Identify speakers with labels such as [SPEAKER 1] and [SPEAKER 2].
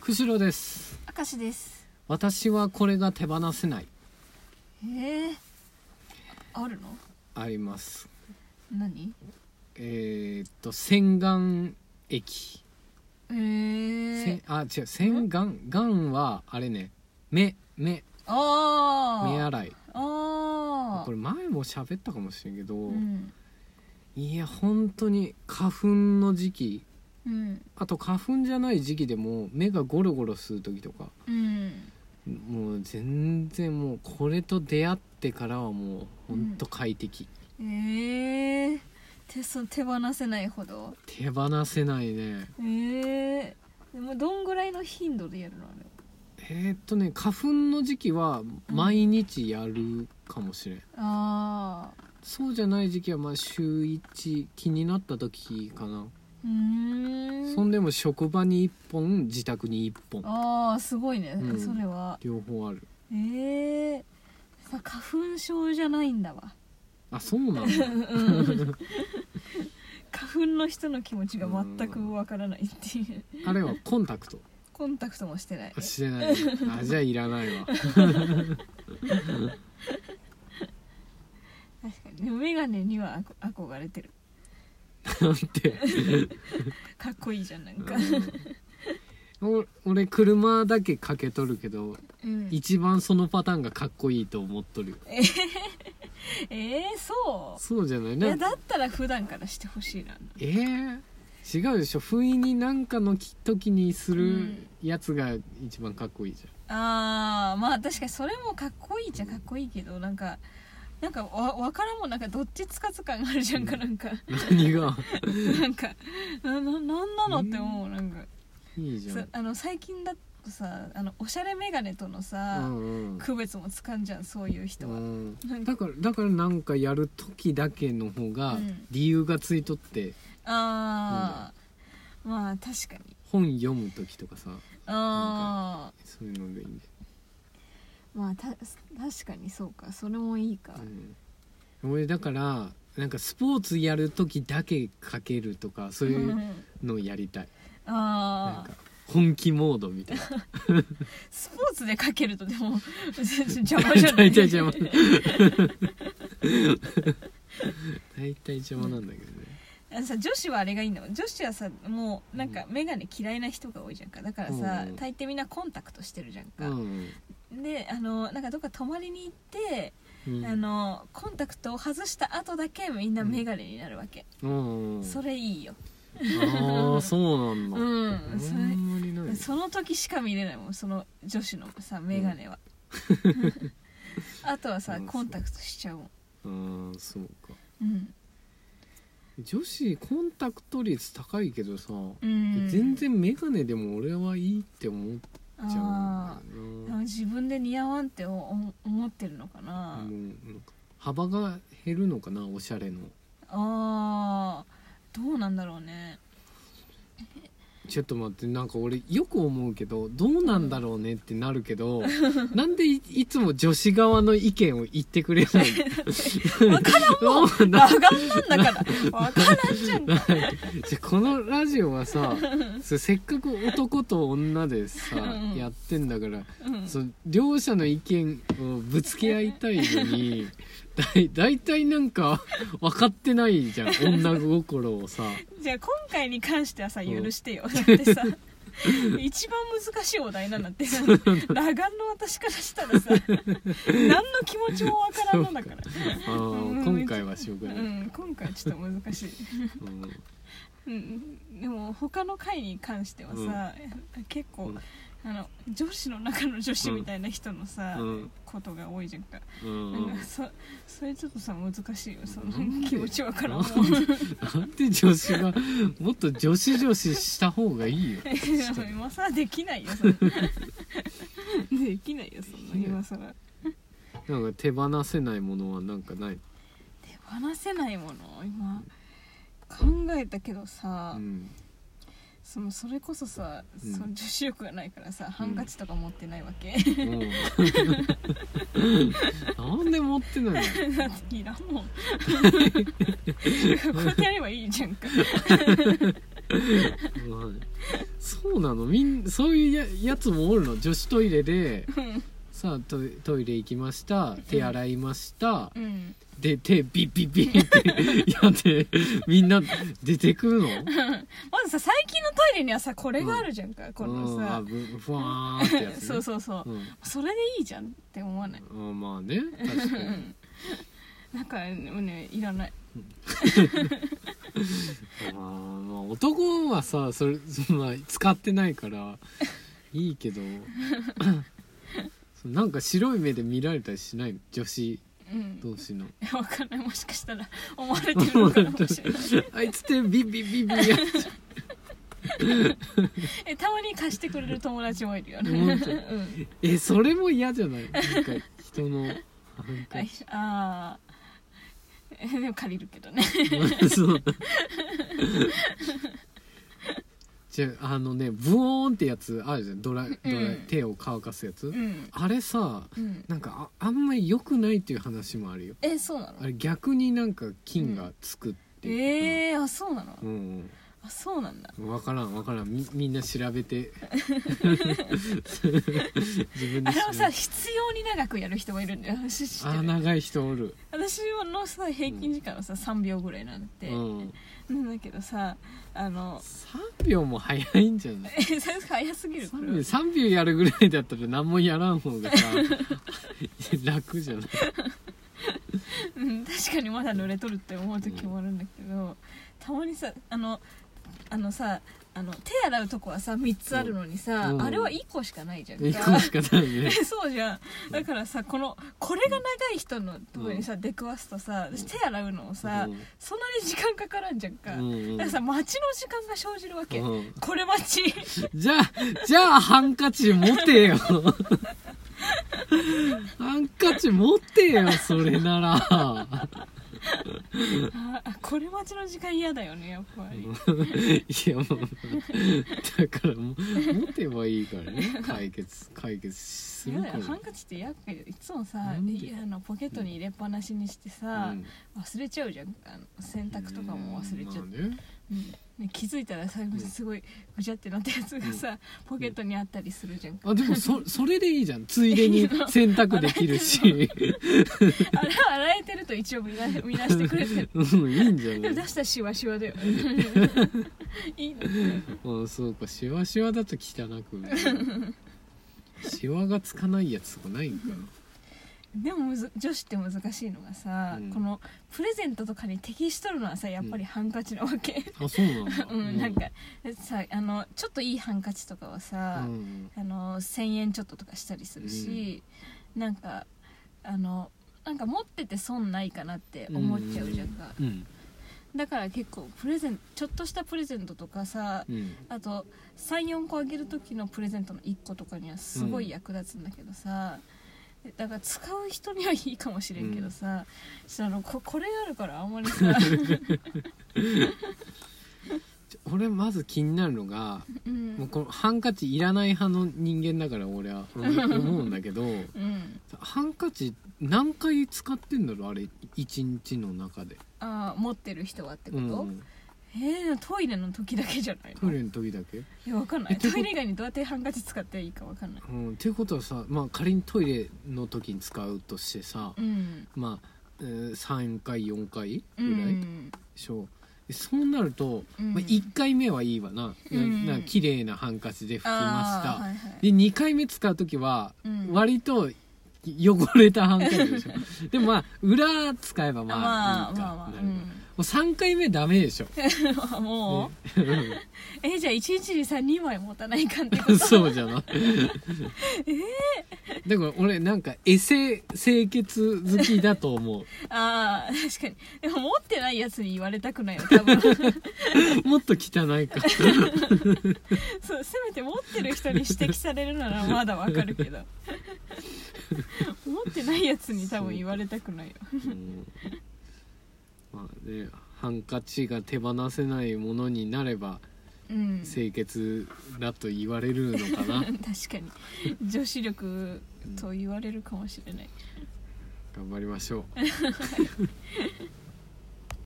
[SPEAKER 1] 藤代です
[SPEAKER 2] 明石です
[SPEAKER 1] 私はこれが手放せない
[SPEAKER 2] ええあるの
[SPEAKER 1] あります
[SPEAKER 2] 何
[SPEAKER 1] えー、っと洗顔液、せ
[SPEAKER 2] え
[SPEAKER 1] ん
[SPEAKER 2] ー、
[SPEAKER 1] あ違う洗顔眼はあれね目目
[SPEAKER 2] あー
[SPEAKER 1] 目洗い
[SPEAKER 2] あー
[SPEAKER 1] これ前も喋ったかもしれんけど、
[SPEAKER 2] うん
[SPEAKER 1] いや本当に花粉の時期
[SPEAKER 2] うん
[SPEAKER 1] あと花粉じゃない時期でも目がゴロゴロする時とか
[SPEAKER 2] うん
[SPEAKER 1] もう全然もうこれと出会ってからはもうほんと快適、
[SPEAKER 2] ええてその手放せないほど
[SPEAKER 1] 手放せないね
[SPEAKER 2] ええでもどんぐらいの頻度でやるのあれ
[SPEAKER 1] えーっとね花粉の時期は毎日やるかもしれん、
[SPEAKER 2] ああ
[SPEAKER 1] そうじゃない時期はまあ週1気になった時かな、
[SPEAKER 2] うーん
[SPEAKER 1] そんでも職場に1本自宅に1本
[SPEAKER 2] ああすごいね、
[SPEAKER 1] うん
[SPEAKER 2] それは
[SPEAKER 1] 両方ある
[SPEAKER 2] ええさ花粉症じゃないんだわ
[SPEAKER 1] あそうなん だ
[SPEAKER 2] 花粉の人の気持ちが全くわからないっていう
[SPEAKER 1] あれはコンタクト
[SPEAKER 2] コンタクトもしてない
[SPEAKER 1] してないあじゃあいら ないわ
[SPEAKER 2] 確かにでも眼鏡にはあこ憧れてる
[SPEAKER 1] なんて
[SPEAKER 2] かっこいいじゃんなんか、
[SPEAKER 1] お俺車だけかけとるけど
[SPEAKER 2] うん、
[SPEAKER 1] 一番そのパターンがかっこいいと思っとるよ
[SPEAKER 2] えー、そ
[SPEAKER 1] そうじゃないう
[SPEAKER 2] い
[SPEAKER 1] な
[SPEAKER 2] や
[SPEAKER 1] んか
[SPEAKER 2] だったら普段からしてほしいな
[SPEAKER 1] えー、違うでしょ不意になんかのき時にするやつが一番かっこいいじ
[SPEAKER 2] あーまあ確かにそれもかっこいいじゃかっこいいけどなんかなんかわわからんもんなんかどっちつかず感があるじゃんかなんか
[SPEAKER 1] ゃん何 が
[SPEAKER 2] なんかなななんなのって思うなんか
[SPEAKER 1] いいじゃ
[SPEAKER 2] そ
[SPEAKER 1] ん
[SPEAKER 2] あの最近だとさあのおしゃれ眼鏡とのさ、
[SPEAKER 1] うん
[SPEAKER 2] 区別もつかんじゃんそういう人
[SPEAKER 1] う
[SPEAKER 2] は、
[SPEAKER 1] ん
[SPEAKER 2] なんか
[SPEAKER 1] だからだからなんかやる時だけの方が
[SPEAKER 2] うん
[SPEAKER 1] 理由がついとって
[SPEAKER 2] ああまあ確かに
[SPEAKER 1] 本読む時とかさ
[SPEAKER 2] あ
[SPEAKER 1] そういうのがいいね
[SPEAKER 2] あまあた確かにそうかそれもいいか、
[SPEAKER 1] うん、俺だからなんかスポーツやる時だけかけるとかそういう
[SPEAKER 2] うん
[SPEAKER 1] のやりたいなん
[SPEAKER 2] あ
[SPEAKER 1] か
[SPEAKER 2] あ
[SPEAKER 1] 本気モードみたいな
[SPEAKER 2] スポーツでかけるとで も邪魔じゃな
[SPEAKER 1] 大
[SPEAKER 2] い
[SPEAKER 1] 体邪魔大体邪魔なんだけどね
[SPEAKER 2] あのさ女子はあれがいいんだもん女子はさもうなんか眼鏡嫌いな人が多いじゃんかだからさ、
[SPEAKER 1] うん
[SPEAKER 2] 大抵みんなコンタクトしてるじゃん
[SPEAKER 1] う
[SPEAKER 2] か、
[SPEAKER 1] ん、
[SPEAKER 2] であのなんかどっか泊まりに行って、
[SPEAKER 1] うん、
[SPEAKER 2] あのコンタクトを外した後だけみんな眼鏡になるわけ、
[SPEAKER 1] うん
[SPEAKER 2] それいいよ
[SPEAKER 1] ああそうなんだ、
[SPEAKER 2] うん
[SPEAKER 1] あんまりない
[SPEAKER 2] その時しか見れないもんその女子のさ眼鏡 は、あとはさ
[SPEAKER 1] うん
[SPEAKER 2] コンタクトしちゃうもん
[SPEAKER 1] うんそうか
[SPEAKER 2] うん、
[SPEAKER 1] 女子コンタクト率高いけどさ、
[SPEAKER 2] うん、
[SPEAKER 1] 全然眼鏡でも俺はいいって思っち
[SPEAKER 2] あ
[SPEAKER 1] ゃ
[SPEAKER 2] あ
[SPEAKER 1] うんだよ
[SPEAKER 2] でも
[SPEAKER 1] な
[SPEAKER 2] 自分で似合わんって思思ってるのかな、
[SPEAKER 1] もうなんか幅が減るのかなおしゃれの
[SPEAKER 2] ああどうなんだろう ね
[SPEAKER 1] ちょっと待ってなんか俺よく思うけどどうなんだろうねってなるけど、 なんでいいつも女子側の意見を言ってくれないの わからんもん
[SPEAKER 2] 裸眼なんだからわからんじゃんか
[SPEAKER 1] このラジオはさそうせっかく男と女でさ
[SPEAKER 2] うん
[SPEAKER 1] やってんだから、
[SPEAKER 2] うん
[SPEAKER 1] そう両者の意見をぶつけ合いたいの にだい大体なんか分かってないじゃん女心をさ
[SPEAKER 2] じゃあ今回に関してはさ
[SPEAKER 1] うん
[SPEAKER 2] 許してよだってさ一番難しいお題なんだって裸眼の私からしたら さ何の気持ちもわからんのだから
[SPEAKER 1] あー今回はしょう
[SPEAKER 2] う
[SPEAKER 1] がない、
[SPEAKER 2] ん今回はちょっと難しい、
[SPEAKER 1] うん
[SPEAKER 2] うん、でも他の回に関してはさ、結構、
[SPEAKER 1] うん
[SPEAKER 2] あの女子の中の女子みたいな人のさ、
[SPEAKER 1] うん
[SPEAKER 2] ことが多いじゃんか,、
[SPEAKER 1] うん
[SPEAKER 2] なんかそそれちょっとさ難しいよその
[SPEAKER 1] なんで
[SPEAKER 2] 気持ちわからんもん
[SPEAKER 1] なんなんで女子がもっと女子女子した方がいいよ
[SPEAKER 2] 今さらできないよそん なできないよそんな今さら
[SPEAKER 1] なんか手放せないものはなんかない、
[SPEAKER 2] 手放せないもの今考えたけどさ、
[SPEAKER 1] うん、
[SPEAKER 2] そのそれこそさ、
[SPEAKER 1] うん
[SPEAKER 2] その女子力がないからさハンカチとか持ってないわけ、
[SPEAKER 1] もうなんで持ってないの
[SPEAKER 2] だって いらんもんこうやってやればいいじゃんか
[SPEAKER 1] はいそうなのみんそういうややつもおるの女子トイレで
[SPEAKER 2] うん
[SPEAKER 1] さあトイトイレ行きました手洗いました、
[SPEAKER 2] うん
[SPEAKER 1] で手ビッビッビッってやってみんな出てくるの
[SPEAKER 2] まずさ最近のトイレにはさこれがあるじゃんか、この
[SPEAKER 1] うんあ
[SPEAKER 2] さ、
[SPEAKER 1] ぶふわーってやつ、ね、
[SPEAKER 2] そうそうそう、
[SPEAKER 1] うん
[SPEAKER 2] それでいいじゃんって思わない
[SPEAKER 1] あまあね確か
[SPEAKER 2] う
[SPEAKER 1] に
[SPEAKER 2] んなんかもうねいらない
[SPEAKER 1] あーまあ男はさそれそんな使ってないからいいけ どそうなんか白い目で見られたりしないの女子
[SPEAKER 2] うん
[SPEAKER 1] 同士の
[SPEAKER 2] 分かんないもしかしたら思われてるのかもしれな
[SPEAKER 1] あ
[SPEAKER 2] い
[SPEAKER 1] いつってビッビッビッビッやっちゃ
[SPEAKER 2] えたまに貸してくれる友達もいるよね、
[SPEAKER 1] 本当
[SPEAKER 2] うん
[SPEAKER 1] う、えそれも嫌じゃないなんか人のなんか
[SPEAKER 2] あいあーえでも借りるけどね
[SPEAKER 1] そうじゃああのねブオーンってやつあるじゃんドラドラ、
[SPEAKER 2] うん
[SPEAKER 1] 手を乾かすやつ、
[SPEAKER 2] うん
[SPEAKER 1] あれさ
[SPEAKER 2] うん
[SPEAKER 1] なんかああんまり良くないっていう話もあるよ
[SPEAKER 2] えそうなの
[SPEAKER 1] あれ逆になんか菌がつくっていうか、
[SPEAKER 2] えー、あそうなの
[SPEAKER 1] うん
[SPEAKER 2] あそうなんだ
[SPEAKER 1] うん分からん分からんみみんな調べて自分で
[SPEAKER 2] あれ
[SPEAKER 1] 調
[SPEAKER 2] は
[SPEAKER 1] べ
[SPEAKER 2] さ
[SPEAKER 1] て
[SPEAKER 2] 必要に長くやる人もいるんだよ私知っ
[SPEAKER 1] あ
[SPEAKER 2] て
[SPEAKER 1] ー
[SPEAKER 2] る
[SPEAKER 1] 長い人おる、
[SPEAKER 2] 私のさ平均時間はさ3秒ぐらいなん
[SPEAKER 1] う
[SPEAKER 2] て、
[SPEAKER 1] ん、
[SPEAKER 2] なんだけどさあの
[SPEAKER 1] 3秒も早いんじゃない
[SPEAKER 2] え先生早すぎるこれは
[SPEAKER 1] 3秒やるぐらいだったら何もやらん方がさ 楽じゃない
[SPEAKER 2] うん、確かにまだ濡れとるって思う時もあるんだけど、たまにさあのあのさあの手洗うとこはさ3つあるのにさ、
[SPEAKER 1] うん
[SPEAKER 2] あれは1個しかないじゃん
[SPEAKER 1] 1個しかないね
[SPEAKER 2] そうじゃんだからさこのこれが長い人のとこにさ、出くわすとさ私手洗うのをさ、そんなに時間かからんじゃんか、
[SPEAKER 1] うんうん
[SPEAKER 2] だからさ待ちの時間が生じるわけ、
[SPEAKER 1] うん
[SPEAKER 2] これ待ち
[SPEAKER 1] じゃあ、じゃあハンカチ持てよ。ハンカチ持てよ、それなら。
[SPEAKER 2] ああこれ待ちの時間嫌だよねやっぱり、
[SPEAKER 1] いや、もう、だからもう、持てばいいからね。解決、解決す
[SPEAKER 2] 嫌
[SPEAKER 1] る
[SPEAKER 2] だ
[SPEAKER 1] か
[SPEAKER 2] よハン
[SPEAKER 1] ら。
[SPEAKER 2] カチってやっかいいつもさ
[SPEAKER 1] なんで
[SPEAKER 2] いやあのポケットに入れっぱなしにしてさ、
[SPEAKER 1] うん
[SPEAKER 2] 忘れちゃうじゃんあの洗濯とかも忘れちゃっ
[SPEAKER 1] うん
[SPEAKER 2] て、
[SPEAKER 1] まあね
[SPEAKER 2] うんね、気づいたら最後すごいぐちゃってなったやつがさ、ポケットにあったりするじゃんか、
[SPEAKER 1] あ、でも、そ、それでいいじゃん。ついでに洗濯できるし。
[SPEAKER 2] あれは洗えてると一応見な見なしてくれてる
[SPEAKER 1] うん、いいんじゃ
[SPEAKER 2] でも
[SPEAKER 1] な
[SPEAKER 2] 出
[SPEAKER 1] い
[SPEAKER 2] したらシワシ ワだよいいね
[SPEAKER 1] あそうか、シワシワだと汚く。シワがつかないやつとかないんかな。
[SPEAKER 2] でもむず女子って難しいのがさ、
[SPEAKER 1] うん
[SPEAKER 2] このプレゼントとかに適しとるのはさやっぱりハンカチなわけ、
[SPEAKER 1] あ そうなんだ
[SPEAKER 2] うん、なんかさあのちょっといいハンカチとかはさ、
[SPEAKER 1] うん
[SPEAKER 2] あの1,000円ちょっととかしたりするし、なんかあのなんか持ってて損ないかなって思っちゃうじゃんか、
[SPEAKER 1] うん
[SPEAKER 2] だから結構プレゼンちょっとしたプレゼントとかさ、
[SPEAKER 1] うん
[SPEAKER 2] あと34個あげる時のプレゼントの1個とかにはすごい役立つんだけどさ、だから使う人にはいいかもしれんけどさ、ちょっとあのここれがあるからあんまり さ、
[SPEAKER 1] ちょ俺まず気になるのが
[SPEAKER 2] うん
[SPEAKER 1] もうこのハンカチいらない派の人間だから俺は俺思うんだけど
[SPEAKER 2] うん、
[SPEAKER 1] ハンカチ何回使ってんだろうあれ一日の中で、
[SPEAKER 2] あー持ってる人はってこ
[SPEAKER 1] う
[SPEAKER 2] と、
[SPEAKER 1] ん、
[SPEAKER 2] えー、トイレの時だけじゃない
[SPEAKER 1] ト
[SPEAKER 2] の
[SPEAKER 1] イレの時だけ、
[SPEAKER 2] いやわかんない
[SPEAKER 1] えど
[SPEAKER 2] ト
[SPEAKER 1] ういうこと
[SPEAKER 2] イレ以外にどうやってハンカチ使っていいかわかんない
[SPEAKER 1] うん、っていうことはさ、まあ、仮にトイレの時に使うとしてさ、
[SPEAKER 2] うん
[SPEAKER 1] まあ、えー、3回4回ぐ
[SPEAKER 2] う
[SPEAKER 1] らいで
[SPEAKER 2] ん
[SPEAKER 1] しょう、でそうなると、
[SPEAKER 2] うん
[SPEAKER 1] まあ、1回目はいいわな,、
[SPEAKER 2] うん
[SPEAKER 1] なな綺麗なハンカチで拭きました、
[SPEAKER 2] あーはいはい
[SPEAKER 1] で2回目使う時は
[SPEAKER 2] うん
[SPEAKER 1] 割と汚れたハンカチ でしょ、でもまあ裏使えば
[SPEAKER 2] あま
[SPEAKER 1] まあ
[SPEAKER 2] あ
[SPEAKER 1] いいか
[SPEAKER 2] まあまあ
[SPEAKER 1] なるほどもう3回目ダメでしょ、
[SPEAKER 2] うん もうえじゃあ一日にさ2枚持たないかんってこ
[SPEAKER 1] う
[SPEAKER 2] と
[SPEAKER 1] ん そうじゃ ないだから俺なんかエセ清潔好きだと思
[SPEAKER 2] ああ確かにでも持ってないやつに言われたくないよ多分
[SPEAKER 1] うもっと汚い か
[SPEAKER 2] そうせめて持ってる人に指摘されるならまだわかるけど持ってないやつに多分言われたくないよ
[SPEAKER 1] うんまあねハンカチが手放せないものになれば
[SPEAKER 2] うん
[SPEAKER 1] 清潔だと言われるのか な
[SPEAKER 2] 確かに女子力と言われるかもしれない
[SPEAKER 1] 頑張りましょう